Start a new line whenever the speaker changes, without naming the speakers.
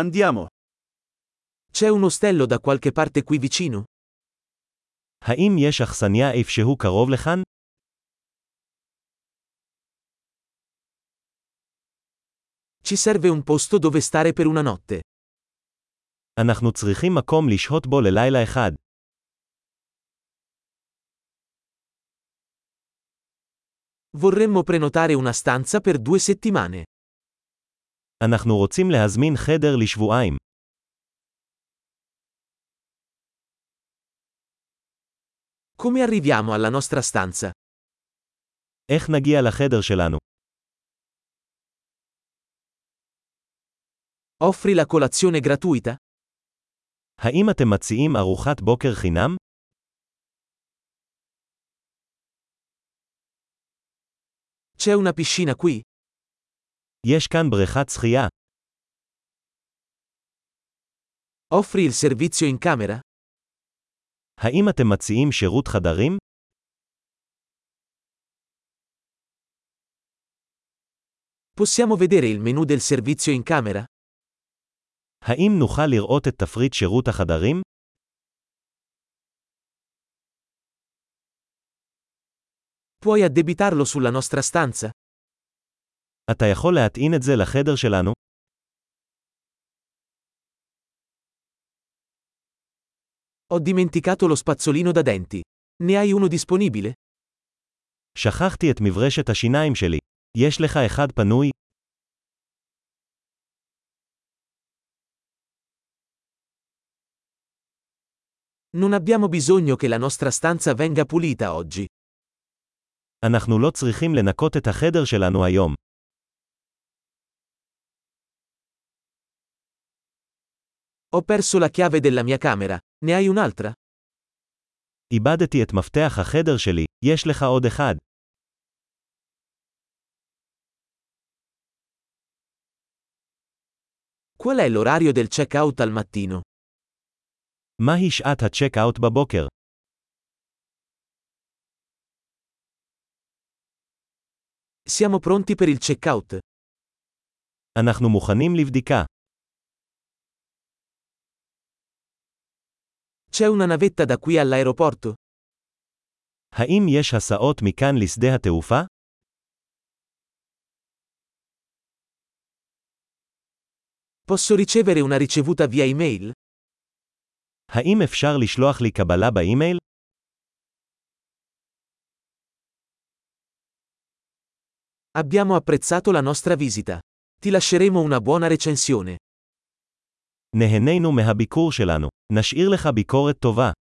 Andiamo.
c'è un ostello da qualche parte qui vicino?
האם יש אכסניה איפשהו קרוב לכאן?
Ci serve un posto dove stare per una notte.
אנחנו צריכים מקום לשהות בו ללילה אחד.
Vorremmo prenotare una stanza per due settimane.
אנחנו רוצים להזמין חדר לשבועיים.
Come arriviamo alla nostra stanza?
איך נגיע לחדר שלנו?
Offri la colazione gratuita?
האם אתם מציעים ארוחת בוקר חינם?
C'è una piscina qui?
יש כאן בריכת שחייה.
Offri il servizio in camera?
האם אתם מציעים שירות חדרים?
Possiamo vedere il menu del servizio in camera?
האם נוכל לראות את תפריט שירות החדרים?
Puoi addebitarlo sulla nostra stanza?
אתה יכול להטעין את זה לחדר שלנו?
Ho dimenticato lo spazzolino da denti. Ne hai uno disponibile?
שכחתי את מברשת השיניים שלי. יש לך אחד פנוי?
Non abbiamo bisogno che la nostra stanza venga pulita oggi.
אנחנו לא צריכים לנקות את החדר שלנו היום.
Ho perso la chiave della mia camera. Ne hai un'altra?
איבדתי את מפתח החדר שלי, יש לך עוד אחד.
Qual è l'orario del check-out al mattino?
מהי שעת הצ'ק-אאוט בבוקר?
Siamo pronti per il check-out.
אנחנו מוכנים לבדיקה.
C'è una navetta da qui all'aeroporto?
האם יש הסעות מכאן לשדה התעופה?
Posso ricevere una ricevuta via email?
האם אפשר לשלוח לי קבלה באימייל?
Abbiamo apprezzato la nostra visita. Ti lasceremo una buona recensione.
נהנינו מהביקור שלנו. נשאיר לך ביקורת טובה.